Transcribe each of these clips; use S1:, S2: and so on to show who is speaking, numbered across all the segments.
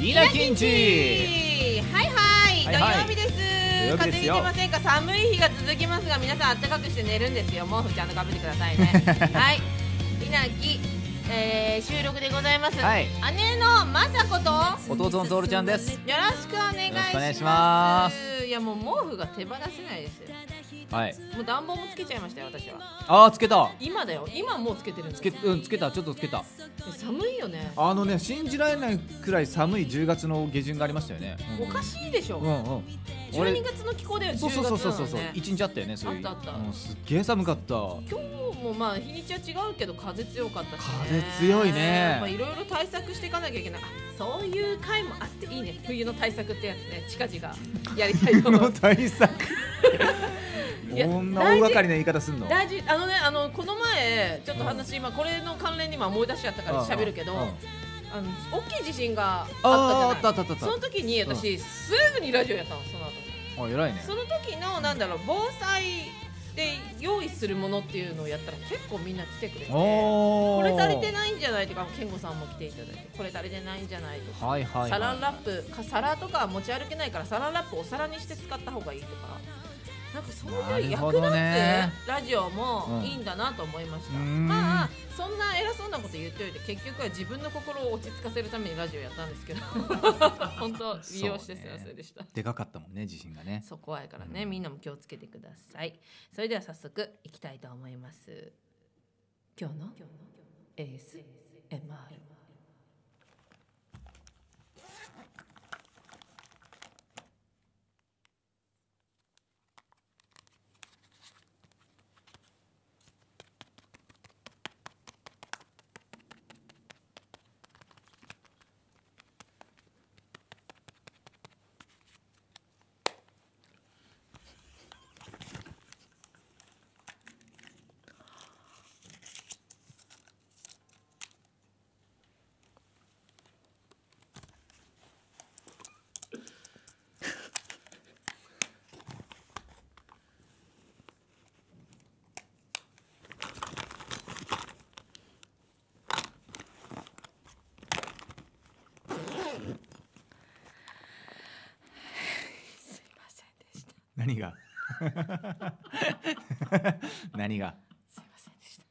S1: ニラキンチ
S2: はいはい、
S1: はいはい
S2: 土曜日で
S1: 土曜
S2: す
S1: 日
S2: 風邪
S1: で
S2: ひい
S1: す
S2: て
S1: よ
S2: ませんか寒い日が続きますが皆さん暖かくして寝るんですよ毛布ちゃんとかぶってくださ いねはい稲城、えー、収録でございます、
S1: はい
S2: 姉の雅子と
S1: 弟のトールちゃんです
S2: よろしくお願い
S1: よろしく
S2: し
S1: お願
S2: ま
S1: い
S2: す
S1: します
S2: いやもう毛布が手放せないですよ
S1: はい
S2: もう暖房もつけちゃいましたよ私は
S1: あーつけた
S2: 今だよ今もうつけてるん
S1: つ
S2: です
S1: け,、うん、つけたちょっとつけた
S2: 寒いよね
S1: あのね信じられないくらい寒い10月の下旬がありましたよね、
S2: おかしいでしょ、
S1: うんうん俺
S2: 12月の気候だよ10
S1: そう
S2: 月
S1: そ
S2: な
S1: う
S2: の
S1: そう
S2: ね
S1: そうそうそう一日あったよねそういう
S2: あったあった
S1: もうすっげえ寒かった
S2: 今日もまあ日にちは違うけど風強かったし、ね、
S1: 風強いね
S2: やっぱいろいろ対策していかなきゃいけないあそういう回もあっていいね冬の対策ってやつね 近々やりたいと思
S1: の
S2: う
S1: 対策
S2: いや
S1: こんな大掛かりな言い方すんの
S2: 大事あのねあのこの前ちょっと話今これの関連に今思い出しちゃったから喋るけど
S1: うんうん
S2: あの大きい地震が
S1: あー
S2: あ
S1: あっ
S2: ったた
S1: あったあったあ
S2: じゃな
S1: っ
S2: い
S1: た
S2: その時に私すぐにラジオやったのその後
S1: あ偉いね
S2: その時のなんだろう防災で用意するものっていうのをやったら結構みんな来てくれて
S1: お
S2: これ足りて
S1: い
S2: ないんじゃないとか健吾さんも来ていただいてこれ足りてないんじゃないとか、
S1: はいはい、はい、
S2: サランラップか皿とかは持ち歩けないからサランラップをお皿にして使った方がいいとかなんかそういう
S1: なる
S2: 役
S1: ほ
S2: 立
S1: どね
S2: つラジオもいいんだなと思いました、
S1: うん
S2: まあそんな偉そうなこと言っておいて結局は自分の心を落ち着かせるためにラジオやった んですけど本当利用してすいませんでした。
S1: でかかったもんね地震がね
S2: そう怖いからね、
S1: うん
S2: みんなも気をつけてくださいそれでは早速いきたいと思います今日の ASMR すいませんでした
S1: 何が 何が
S2: すいませんでした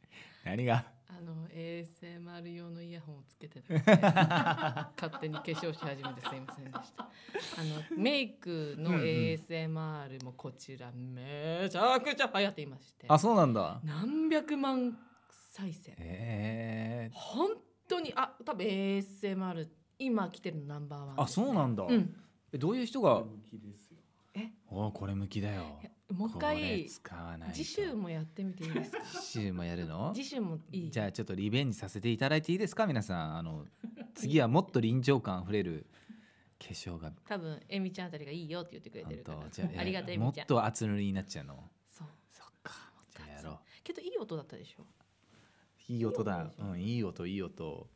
S1: 何が
S2: あの ASMR 用のイヤホンをつけてた からね勝手に化粧し始めてすいませんでしたあのメイクの
S1: うんうん
S2: ASMR もこちらめちゃくちゃ流行っていまして
S1: あそうなんだ
S2: 何百万再生
S1: ええ
S2: 本当にあ多分 ASMR 今来てるのナンバーワン
S1: あそうなんだ、
S2: うん
S1: えどういう人が
S2: え
S1: おこれ向きだよ
S2: いやもう一
S1: これ
S2: 回
S1: 使わないと
S2: 次週もやってみていいですか
S1: 次週もやるの
S2: 次週もいい
S1: じゃあちょっとリベンジさせていただいていいですか皆さんあの次はもっと臨場感あふれる化粧が
S2: 多分えみちゃんあたりがいいよって言ってくれて
S1: 本
S2: るから
S1: 当じゃ
S2: ありがとうえ
S1: も
S2: み
S1: っ
S2: ちゃん
S1: と厚塗りになっちゃうの
S2: そう
S1: そっかじゃあやろう
S2: けどいい音だったでしょ
S1: いい音だ
S2: いい音でしょ
S1: うんいい音いい音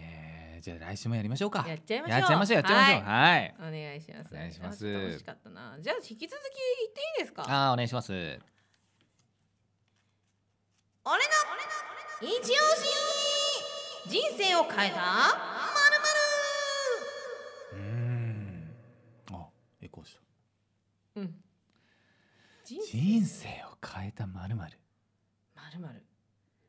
S1: えー、じゃあ来週もやりましょうか
S2: やっちゃいましょう
S1: やっちゃいましょうやっちゃいましょうはい
S2: お願いします
S1: お願いします
S2: あ楽しかったなじゃあ引き続き言っていいですか
S1: あーお願いします
S2: 俺の一押し人生を変えた
S1: うーんあエコーした
S2: まるうん人生
S1: 人生を変えたまるまる
S2: まるまる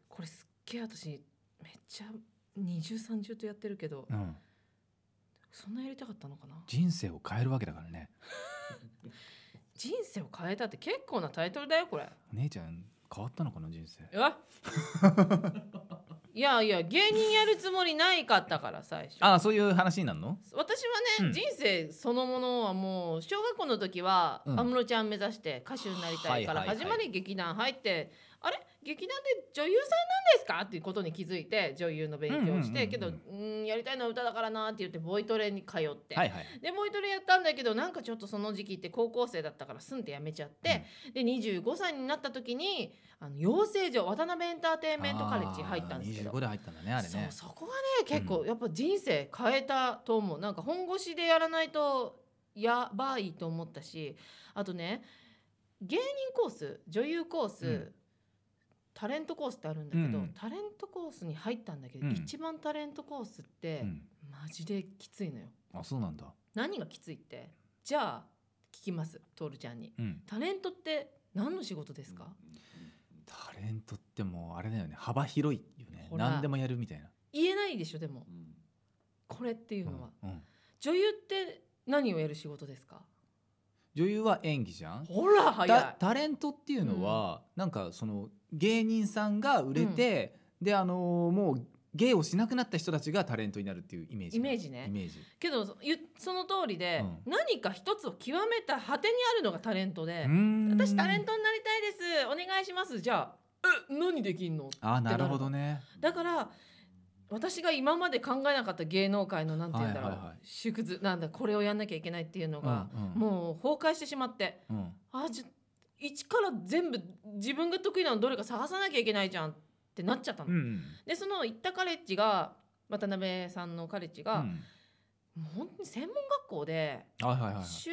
S2: これすっげえ私めっちゃ二重三重とやってるけど、
S1: うん
S2: そんなやりたかったのかな
S1: 人生を変えるわけだからね
S2: 人生を変えたって結構なタイトルだよこれ
S1: お姉ちゃん変わったのかな人生
S2: えいやいや芸人やるつもりないかったから最初
S1: ああそういう話になるの
S2: 私は
S1: う
S2: ね、
S1: ん
S2: 人生そのものはもう小学校の時は
S1: うん
S2: 安室、ちゃん目指して歌手になりたいから
S1: はいはいは
S2: 始
S1: い
S2: まり劇団入って、あれ劇団で女優さんなんですかっていうことに気づいて女優の勉強を
S1: うんうん
S2: して、
S1: うんうん
S2: けどうんやりたいのは歌だからなって言ってボイトレに通って、
S1: はいはい
S2: でボイトレやったんだけどなんかちょっとその時期って高校生だったからすんってやめちゃって、で25歳になった時にあの養成所渡辺エンターテインメントカレッジ入ったんですけど
S1: あー25で入ったんだねあれね
S2: そうそこがね結構やっぱ人生変えたと思う、なんか本腰でやらないとやばいと思ったしあとね芸人コース女優コース、
S1: うん
S2: タレントコースってあるんだけど、
S1: うん
S2: タレントコースに入ったんだけど、
S1: うん
S2: 一番タレントコースって、
S1: うん、
S2: マジできついのよ
S1: あそうなんだ、
S2: 何がきついってじゃあ聞きますトールちゃんに
S1: うん、
S2: タレントって何の仕事ですか、
S1: タレントってもうあれだよね幅広いよね
S2: ほら
S1: 何でもやるみたいな、
S2: 言えないでしょでも
S3: うん
S2: これっていううのは、
S1: んうん
S2: 女優って何をやる仕事ですか
S1: 女優は演技じゃん
S2: ほら早い
S1: タタレントっていうのは、なんかその芸人さんが売れて、であのーもう芸をしなくなった人たちがタレントになるっていうイメージ
S2: イメージね
S1: イメージ、
S2: けどそゆその通りで、
S1: う
S2: 何か一つを極めた果てにあるのがタレントで、
S1: うん
S2: 私タレントになりたいですお願いしますじゃあえ何できんの
S1: あーなるほどね
S2: だから私が今まで考えなかった芸能界のなんて言うんだろう、
S1: はいはいはい
S2: 縮図なんだこれをやんなきゃいけないっていうのが、
S1: うんうん
S2: もう崩壊してしまって
S1: うん
S2: あじゃ一から全部自分が得意なのどれか探さなきゃいけないじゃんってなっちゃったの。
S1: うん
S2: でその行ったカレッジが渡辺さんのカレッジ
S1: う
S2: が、
S1: ん
S2: もう本当に専門学校で
S1: はいはいはいはい
S2: 集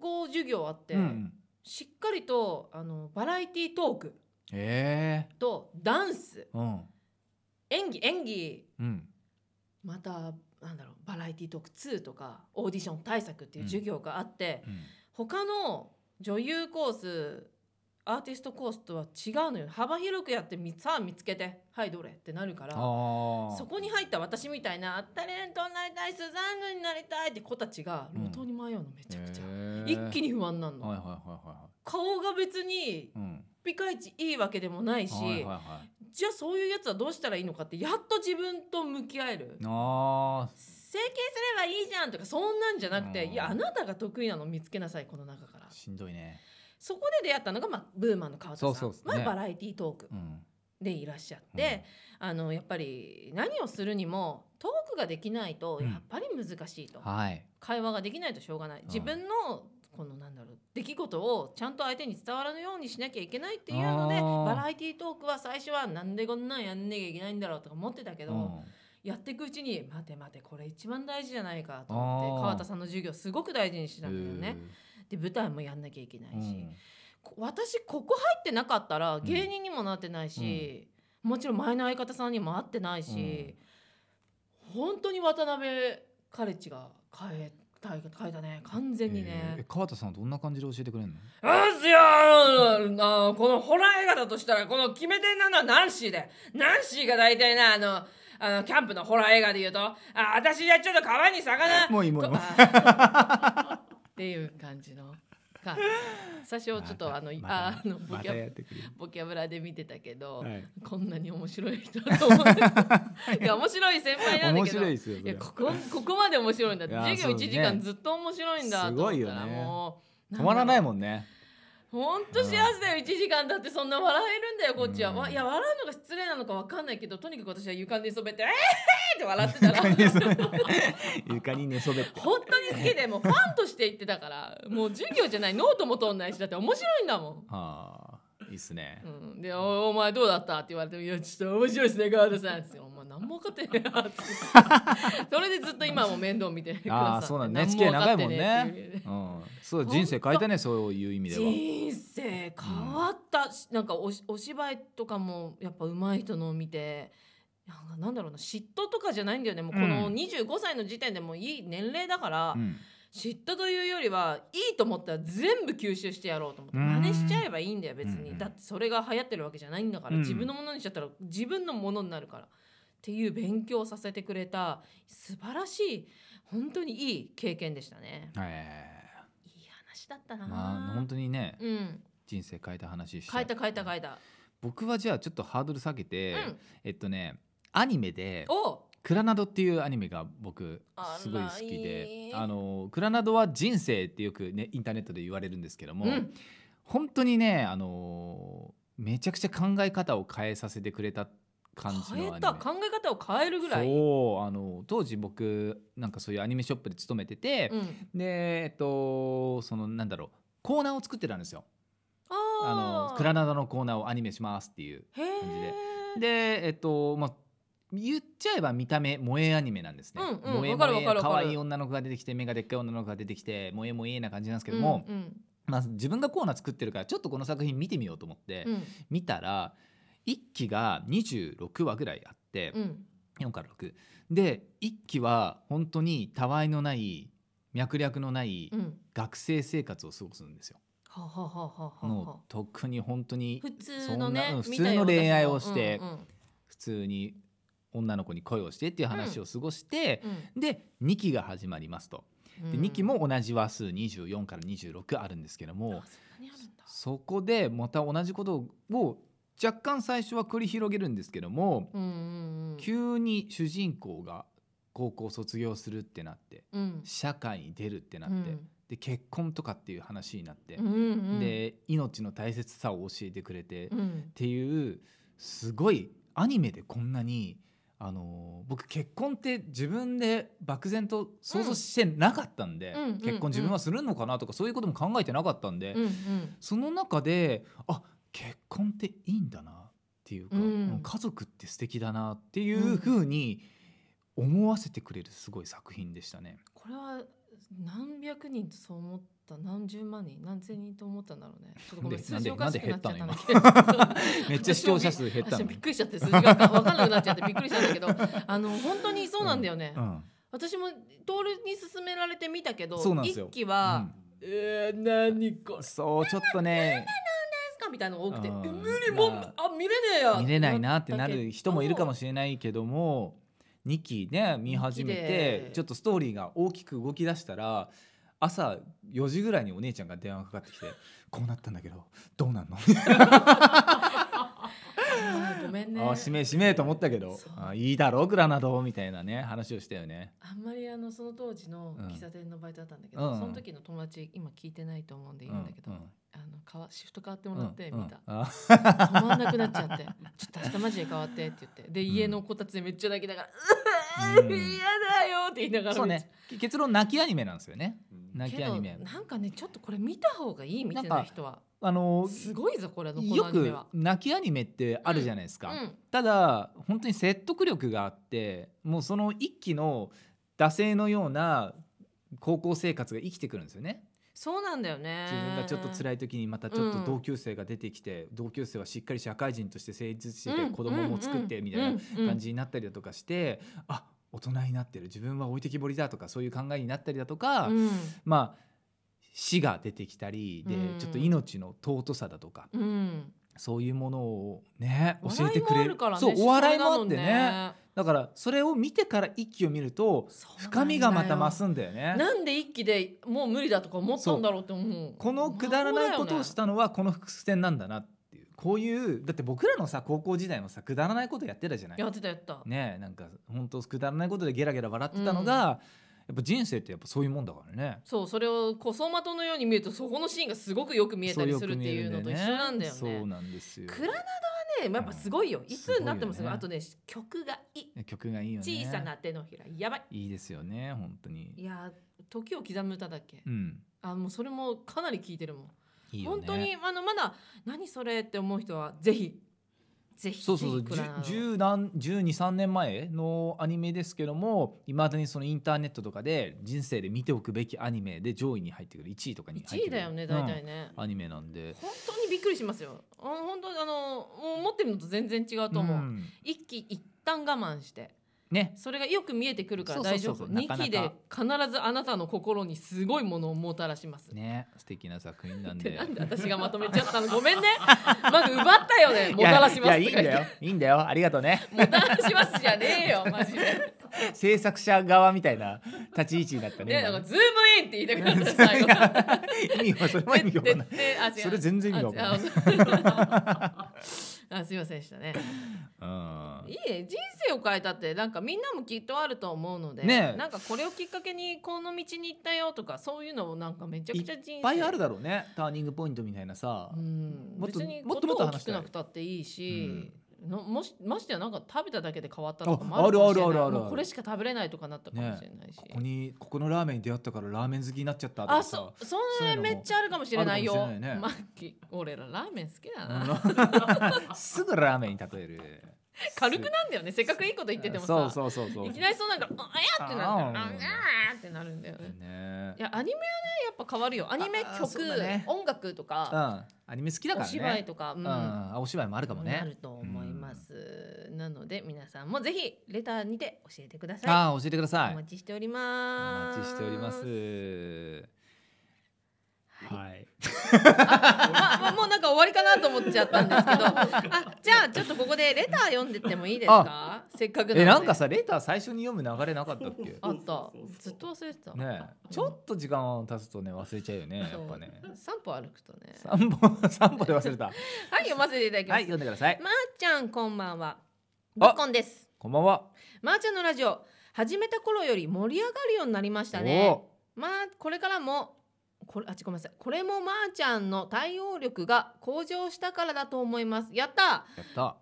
S2: 合授業あって、
S1: うん
S2: しっかりとあのバラエティートーク
S1: え
S2: とダンス
S1: えうん
S2: 演技演技
S1: うん
S2: またなんだろうバラエティートーク2とかオーディション対策っていう授業があって、
S1: うん
S2: 他の女優コースアーティストコースとは違うのよ幅広くやってみさあ見つけてはいどれってなるから
S1: ああ
S2: そこに入った私みたいなタレントになりたいスザンヌになりたいって子たちが
S1: うん
S2: 路頭に迷うのめちゃくちゃ、一気
S1: に
S2: に不安になるの、
S1: はいはいはいはいは
S2: 顔が別に
S1: いうん
S2: ピカイチいいわけでもないし、
S1: はいはいはい
S2: じゃあそういうやつはどうしたらいいのかってやっと自分と向き合える
S1: あ
S2: 整形すればいいじゃんとかそんなんじゃなくて、
S1: うん
S2: いやあなたが得意なの見つけなさいこの中から
S1: ーしんどいね
S2: そこで出会ったのが、まあ、ブーマンの川田さん
S1: そうそうですね
S2: まあ、バラエティートーク
S1: うん
S2: でいらっしゃって、あのやっぱり何をするにもトークができないと
S1: うん
S2: やっぱり難しいと、
S1: はい
S2: 会話ができないとしょうがない
S1: ん
S2: 自分のこのなんだろう出来事をちゃんと相手に伝わらぬようにしなきゃいけないっていうので
S1: あー
S2: バラエティートークは最初はなんでこんなんやんなきゃいけないんだろうとか思ってたけど、
S1: うん
S2: やっていくうちに待て待てこれ一番大事じゃないかと思って
S1: あー
S2: 川田さんの授業すごく大事にしてたんだよね。で舞台もやんなきゃいけな
S1: う
S2: いし、
S1: ん
S2: こ私ここ入ってなかったら
S1: ん
S2: 芸人にもなってないし、もちろん前の相方さんにも会ってないし、本当に渡辺カレッジが変えた変えたね完全に
S1: えーえ
S2: ね。
S1: 川田さんはどんな感じで教えてくれるの
S2: うっすよーあーこのホラー映画だとしたらこの決め手なのはナンシーでナンシーが大体なあのあのキャンプのホラー映画で言うとあ私じゃちょっと川に魚
S1: もういいもういいもういい
S2: あーっていう感じの感じ最初ちょっとあの、
S1: また
S2: ああのボ
S1: ま
S2: キ
S1: た
S2: ャ
S1: やってくる
S2: ボキャブラで見てたけど、
S1: はい
S2: こんなに面白い人だと思って いや面白い先輩なんだ
S1: 面
S2: けど
S1: 白いですよそ
S2: いや
S1: れ
S2: ここここまで面白いんだって
S1: いや
S2: 授業
S1: そ
S2: 1
S1: うね
S2: 時間ずっと面白いんだと思ったら
S1: すごいよね
S2: もう
S1: 止まらない
S2: ん
S1: もん ね
S2: 本当幸せだよ1時間だってそんな笑えるんだよこっちは、
S1: うん
S2: わいや笑うのが失礼なのかわかんないけどとにかく私は床に寝そべって「えー!」って笑ってたら
S1: 床に寝そべって
S2: 本当に好きでもうファンとして言ってたからもう授業じゃないノートも取んないしだって面白いんだもん。
S1: ああいいっすね
S2: うん、でお「お前どうだった?」って言われても「いやちょっと面白いですね川田さん」って「お前何も分かってねえな」ってそれでずっと今も面倒見てくださ
S1: あ
S2: っ
S1: あ
S2: て
S1: そうなん
S2: 何
S1: NHK
S2: 分か
S1: 長
S2: っ
S1: い
S2: て
S1: もん
S2: ねえ
S1: ねうんそう人生変えたねそういう意味では
S2: 人生変わった、しなんかおしお芝居とかもやっぱ上手い人のを見てなんかなんだろうな嫉妬とかじゃないんだよねもうこの
S1: うん
S2: 25歳の時点でもういい年齢だから、
S1: うん
S2: 嫉妬というよりはいいと思ったら全部吸収してやろうと思って
S1: うん
S2: 真似しちゃえばいいんだよ別に、
S1: うん
S2: だってそれが流行ってるわけじゃないんだから、
S1: うん
S2: 自分のものにしちゃったら自分のものになるからっていう勉強をさせてくれた素晴らしい本当にいい経験でしたね
S1: え
S2: いい話だったな
S1: えまあ本当にね
S2: うん
S1: 人生変えた話しちゃ
S2: 変えた変えた変えた、
S1: 僕はじゃあちょっとハードル下げて
S2: うん
S1: えっとねアニメで
S2: お
S1: 「クラナド」っていうアニメが僕
S2: あら
S1: すごい好き
S2: い
S1: で
S2: い
S1: あのクラナドは人生ってよくねインターネットで言われるんですけども、
S2: うん
S1: 本当にねあのめちゃくちゃ考え方を変えさせてくれた感じのアニメ
S2: 変えた考え方を変えるぐらい
S1: そうあの当時僕なんかそういうアニメショップで勤めてて、
S2: うん、
S1: でえっとそのなんだろうコーナーを作ってたんですよ。
S2: あ
S1: あのクラナドのコーナーをアニメしますっていう。
S2: へえ
S1: 感じでえっとまあ言っちゃえば見た目萌えアニメなんですね。
S2: うんうん
S1: 萌え
S2: わか
S1: 萌え
S2: るわかるわかる
S1: 可愛い女の子が出てきて目がでっかい女の子が出てきて萌え萌えな感じなんですけども、
S2: うん
S1: まあ、自分がコーナー作ってるからちょっとこの作品見てみようと思って、
S2: うんうん
S1: 見たら1期が26話ぐらいあって、
S2: うん
S1: 4から6で1期は本当にたわいのない脈略のない
S2: うん
S1: 学生生活を過ごすんですよ。
S2: はあはあはあはあはあ
S1: もう特に本当に
S2: 普通のね
S1: そんなうん
S2: 見たよ
S1: 普通の恋愛をして
S2: うんうん
S1: 普通に女の子に恋をしてっていう話を過ごして、
S2: うん
S1: で2期が始まりますと。
S2: うん
S1: で2期も同じ話数24から26あるんですけども、
S2: あそんなにあるんだ
S1: そこでまた同じことを若干最初は繰り広げるんですけども、
S2: うんうんうん
S1: 急に主人公が高校卒業するってなって
S2: うん
S1: 社会に出るってなっ
S2: う
S1: て、
S2: ん
S1: で結婚とかっていう話になって、
S2: うんうん
S1: で命の大切さを教えてくれて、
S2: う
S1: っ
S2: ん
S1: ていうすごいアニメでこんなに。あのー僕結婚って自分で漠然と想像してなかったんで、
S2: うんうん
S1: 結
S2: うん
S1: 婚自分はするのかなとかそういうことも考えてなかったんで、
S2: うんうん
S1: その中であ結婚っていいんだなっていうか、
S2: うん
S1: 家族って素敵だなっていうふうに思わせてくれるすごい作品でした ね。
S2: これは何百人とそう思った何十万人何千人と思ったんだろうねちょっとごめん
S1: で
S2: 数字おかしくなっちゃったんだけど
S1: めっちゃ視聴者数減った
S2: 私
S1: の
S2: び
S1: に
S2: っ。くりしちゃって数字が分かんなくなっちゃってびっくりしたんだけどあの本当にそうなんだよね、
S1: うん、
S2: 私もトールに勧められてみたけど
S1: そうなんですよ
S2: 一期は、えー、何これ
S1: うんそうちょっとね
S2: ですかみたいなのが多くて、
S1: うん
S2: え無理もう
S1: ま
S2: あ見れねえや
S1: 見れないなってなる人もいるかも
S2: し
S1: しれないけども2期ね見始め
S2: 二期で
S1: てちょっとストーリーが大きく動き出したら朝4時ぐらいにお姉ちゃんが電話かかって きて「こうなったんだけどどうなんの?」
S2: ごめんね
S1: あしめえしめえと思ったけど
S2: そう
S1: あいいだろうグラナドみたいなね話をしたよね
S2: あんまりあのその当時の喫茶店のバイトだったんだけ
S1: う
S2: ど、
S1: んうん
S2: その時の友達今聞いてないと思うんで言うんだけど、
S1: うんうん
S2: あのかわシフト変わってもらって
S1: うん
S2: 見
S1: うん
S2: た、
S1: あ
S2: 止まんなくなっちゃって「ちょっと明日マジで変わって」って言ってで
S1: ん
S2: 家のこたつでめっちゃ泣きながら「
S1: うん
S2: 嫌、だよ」って言いながら
S1: そう
S2: めっちゃ
S1: ねけ結論泣きアニメなんですよね泣
S2: け
S1: きアニメ
S2: どなんかねちょっとこれ見た方がいいみたいな人は
S1: あの
S2: すごいぞこれのこ
S1: よ
S2: のアニメ
S1: く
S2: は。
S1: 泣きアニメってあるじゃないです
S2: う
S1: か、
S2: ん
S1: ただ本当に説得力があってもうその一期の惰性のような高校生活が生きてくるんですよね
S2: そうなんだよね。
S1: 自分がちょっと
S2: い。
S1: 辛い時にまたちょっ
S2: う
S1: と
S2: ん
S1: 同級生が出てきて、同級生はしっかり社会人として成立して
S2: う
S1: て
S2: ん
S1: 子供も作ってみたいな感じになったりだとかして、あ大人になってる自分は置いてきぼりだとかそういう考えになったりだとか、
S2: うん
S1: まあ死が出てきたりで、
S2: うん
S1: ちょっと命の尊さだとか
S2: うんうん、
S1: そういうものをね
S2: お
S1: 教えてくれる
S2: からね、
S1: そうお笑いもあって
S2: 主
S1: ね
S2: 催なのね
S1: だからそれを見てから一気を見ると
S2: そうなんだよ
S1: 深みがまた増すんだよね。
S2: なんで一気でもう無理だとか思ったんだろうって思う
S1: このくだらないことをし
S2: ま
S1: たのはこの伏線なんだなっていうこういうだって僕らのさ高校時代もさくだらないことやってたじゃな
S2: あ
S1: い
S2: そうだよねやってたやった、
S1: ねえなんか本当くだらないことでゲラゲラ笑ってたのが、やっぱ人生ってやっぱそういうもんだからね。
S2: そうそれをこう走馬灯のように見るとそこのシーンがすごくよく見えたりするっていうのと一緒なんだよ
S1: そうよく見えるんだよねそうな
S2: ね
S1: んですよ。
S2: クラナドはねやっぱすごいよ、いつになってもす
S1: すごい
S2: ごい
S1: よね
S2: あとね曲がいい
S1: 曲がいいよね。
S2: 小さな手のひらやばい
S1: いいですよね本当に。
S2: いやー時を刻む歌だっけ、
S1: うん。
S2: あもうそれもかなり聴いてるもん
S1: いいよね。
S2: 本当にあのまだ何それって思う人はぜひぜひ
S1: そうそうそう
S2: ぜひクラナドを
S1: じゅ十何十二三年前のアニメですけどもいまだにそのインターネットとかで人生で見ておくべきアニメで上位に入ってくる1位とかに入ってくる
S2: 1位だよね大体ね、
S1: うんアニメなんで
S2: 本当にびっくりしますよあ本当にあのもう持ってるのと全然違うと思う、
S1: ん
S2: 一期一旦我慢して
S1: ね
S2: それがよく見えてくるから
S1: そうそ
S2: 大
S1: う
S2: 丈
S1: そうそ
S2: 夫
S1: う
S2: 二
S1: なかな
S2: 期で必ずあなたの心にすごいものをもたらします、
S1: ね素敵な作品なん
S2: って
S1: で
S2: なんで私がまとめちゃったのごめんねまず奪ったよねもたらします
S1: いやいやいいんだよいいんだよありがとうね
S2: もたらしますじゃねえよマジで
S1: 制作者側みたいな立ち位置になったね
S2: ねなん
S1: 今
S2: か
S1: ね
S2: ズームインって言いたくな った最後
S1: 意味はそれは意味わ かんない
S2: であ違う
S1: それ全然意味わか
S2: あ違うあすいませんでしたね
S1: うん
S2: いいね人生を変えたってなんかみんなもきっとあると思うので、
S1: ねえ
S2: なんかこれをきっかけにこの道に行ったよとかそういうのをなんかめちゃくちゃ人生
S1: いっぱいあるだろうねターニングポイントみたいなさ
S2: うん
S1: もっと
S2: 別に
S1: もっと
S2: ことを
S1: もっと話
S2: 聞
S1: し
S2: く
S1: たい
S2: なくたっていいし、のもしましてやなんか食べただけで変わったとかも
S1: あ
S2: あるかもしれない
S1: あるあるあるある
S2: もうこれしか食べれないとかなったかもしれないし、
S1: ここにここのラーメンに出会ったからラーメン好きになっちゃったと
S2: あ
S1: かさ
S2: そそんなめっちゃあるかもしれな
S1: あ
S2: い
S1: る
S2: よ
S1: かもしれないね
S2: マッキー俺らラーメン好きだな、
S1: すぐラーメンに例える。
S2: 軽くなんだよねせっかくいいこと言っててもさ
S1: そうそうそうそう
S2: いきなりそうなんか「あや!」ってなるん
S1: あ
S2: だよ
S1: ー
S2: あーってなるんだよね
S1: ね
S2: いやアニメはねやっぱ変わるよアニメ
S1: ああー
S2: 曲、
S1: そうだね
S2: 音楽と
S1: うん
S2: か、
S1: アニメ好きだか
S2: お
S1: らね
S2: 芝居とか、う
S1: うんん、あお芝居もあるかもね
S2: なると思います、なので皆さんもぜひレターにて教えてください
S1: ああ教えてくださ
S2: お
S1: い
S2: 待ちしており
S1: お
S2: ます
S1: 待ちしております
S2: はい
S1: はい
S2: あまあもうなんか終わりかなと思っちゃったんですけどあじゃあちょっとここでレター読んでってもいいですかせっかくので
S1: えなんかさレター最初に読む流れなかったっけ
S2: あった
S3: そうそうそう
S2: ずっと忘れてた
S1: ねえちょっと時間を経つとね忘れちゃうよねやっぱね
S2: 散歩歩くとね
S1: 三本三本で忘れたは
S2: はい読ませていただきます、
S1: い読んでください
S2: まー、ちゃんこんばんはぶっこんです
S1: こんばんは
S2: まー、ちゃんのラジオ始めた頃より盛り上がるようになりましたねまあこれからもこれあちごめんなさいこれもまーちゃんの対応力が向上したからだと思いますやった
S1: おーやった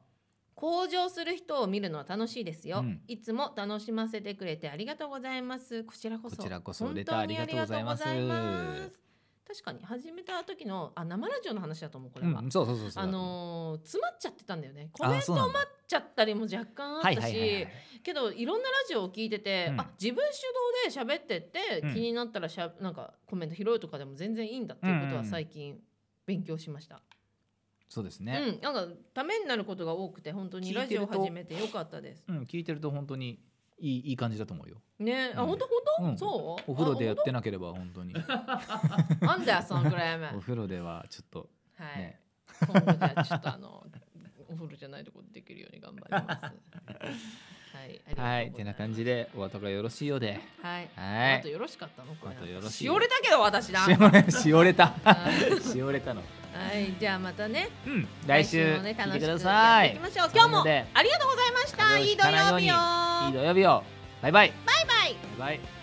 S2: 向上する人を見るのは楽しいですよ、
S1: うん
S2: いつも楽しませてくれてありがとうございますこちらこそ
S1: こちらこそ
S2: 本当に
S1: レターありがとうございます
S2: ありがとうございます確かに始めた時のあ生ラジオの話だと思うこれは、
S1: うんそうそうそうそう
S2: あのー詰まっちゃってたんだよねコメ
S1: あ
S2: ント
S1: そうなんだ
S2: 待っちゃったりも若干あったし、
S1: はいはいはいはい
S2: けどいろんなラジオを聞いてて、
S1: うん
S2: あ自分主導で喋ってって、
S1: うん
S2: 気になったらしゃなんかコメント拾うとかでも全然いいんだっていうことは最近勉強しました、
S1: そうです
S2: うん
S1: ね
S2: なんかためになることが多くて本当に
S1: 聞
S2: ラ
S1: いて
S2: ジ
S1: る
S2: オ
S1: と
S2: 始めてよかったです
S1: うん聞いてると本当にいいいい感じだと思うよ
S2: ねあ
S1: うん
S2: 本当本当、
S1: うん
S2: そう
S1: お風呂でや
S2: あ
S1: ってなければ本当に
S2: 本当なんだよそのくらい目は
S1: お風呂ではちょっと
S2: い、
S1: ね
S2: 今後じゃあちょっとあのお風呂じゃないとこでできるように頑張 りますはいありがとうございます
S1: はいてな感じでお後がよろしいようで
S2: はい
S1: はい
S2: あとよろしかったのこれ
S1: あとよろしい
S2: しおれたけど私な
S1: しおれしおれた
S2: う
S1: しおれたの
S2: はい、じゃあまたね。
S1: うん来週
S2: もね、
S1: 聞い
S2: 楽
S1: て
S2: し
S1: く
S2: く
S1: ださ
S2: やってい
S1: い
S2: きましょう。今日も
S1: それで
S2: ありがとうございました。
S1: 風
S2: いい
S1: 邪を
S2: 土
S1: ひかないように
S2: 曜日よ。
S1: いい土曜日をバイバイ
S2: バイバイ。
S1: バイバイ